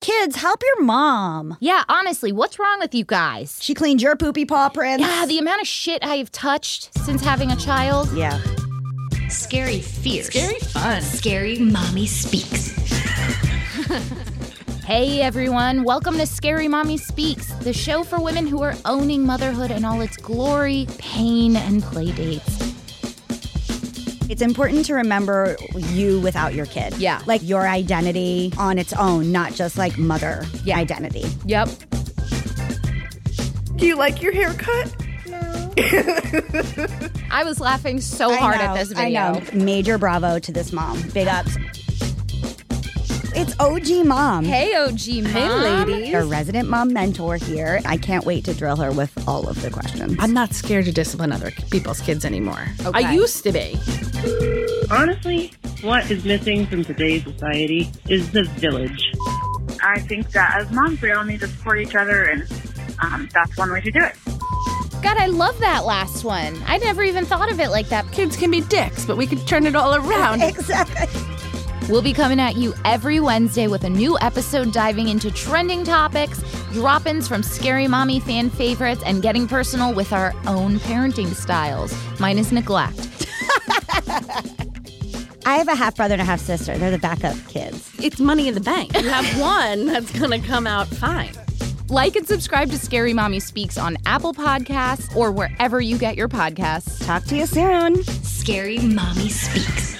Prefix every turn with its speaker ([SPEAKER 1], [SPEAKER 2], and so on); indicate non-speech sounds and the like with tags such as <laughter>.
[SPEAKER 1] Kids, help your mom.
[SPEAKER 2] Yeah, honestly, what's wrong with you guys?
[SPEAKER 1] She cleaned your poopy paw prints.
[SPEAKER 2] Yeah, the amount of shit I have touched since having a child.
[SPEAKER 1] yeah.
[SPEAKER 3] Scary fierce.
[SPEAKER 2] fun.
[SPEAKER 3] Scary mommy speaks.
[SPEAKER 2] <laughs> Hey everyone, welcome to Scary Mommy Speaks, the show for women who are owning motherhood in all its glory, pain, and play dates.
[SPEAKER 1] It's important to remember you without your kid.
[SPEAKER 2] Yeah.
[SPEAKER 1] Like your identity on its own, not just like mother
[SPEAKER 2] Yeah.
[SPEAKER 1] identity.
[SPEAKER 2] Yep.
[SPEAKER 4] Do you like your haircut?
[SPEAKER 2] I was laughing so hard
[SPEAKER 1] I know,
[SPEAKER 2] at this video.
[SPEAKER 1] I know. Major bravo to this mom. Big ups. It's OG mom.
[SPEAKER 2] Hey OG mom. Hey
[SPEAKER 1] Our resident mom mentor here. I can't wait to drill her with all of the questions.
[SPEAKER 5] I'm not scared to discipline other people's kids anymore.
[SPEAKER 2] Okay.
[SPEAKER 5] I used to be.
[SPEAKER 6] Honestly, what is missing from today's society is the village.
[SPEAKER 7] I think that as moms, we all need to support each other, and um, that's one way to do it.
[SPEAKER 2] God, I love that last one. I never even thought of it like that.
[SPEAKER 5] Kids can be dicks, but we could turn it all
[SPEAKER 1] <laughs>
[SPEAKER 5] around.
[SPEAKER 1] exactly.
[SPEAKER 2] We'll be coming at you every Wednesday with a new episode diving into trending topics, drop ins from Scary Mommy fan favorites, and getting personal with our own parenting styles. Mine is neglect.
[SPEAKER 1] I have a half brother and a half sister. They're the backup kids.
[SPEAKER 5] It's money in the bank. You have one that's going to come out fine.
[SPEAKER 2] Like and subscribe to Scary Mommy Speaks on Apple Podcasts or wherever you get your podcasts.
[SPEAKER 1] Talk to you soon.
[SPEAKER 3] Scary mommy speaks.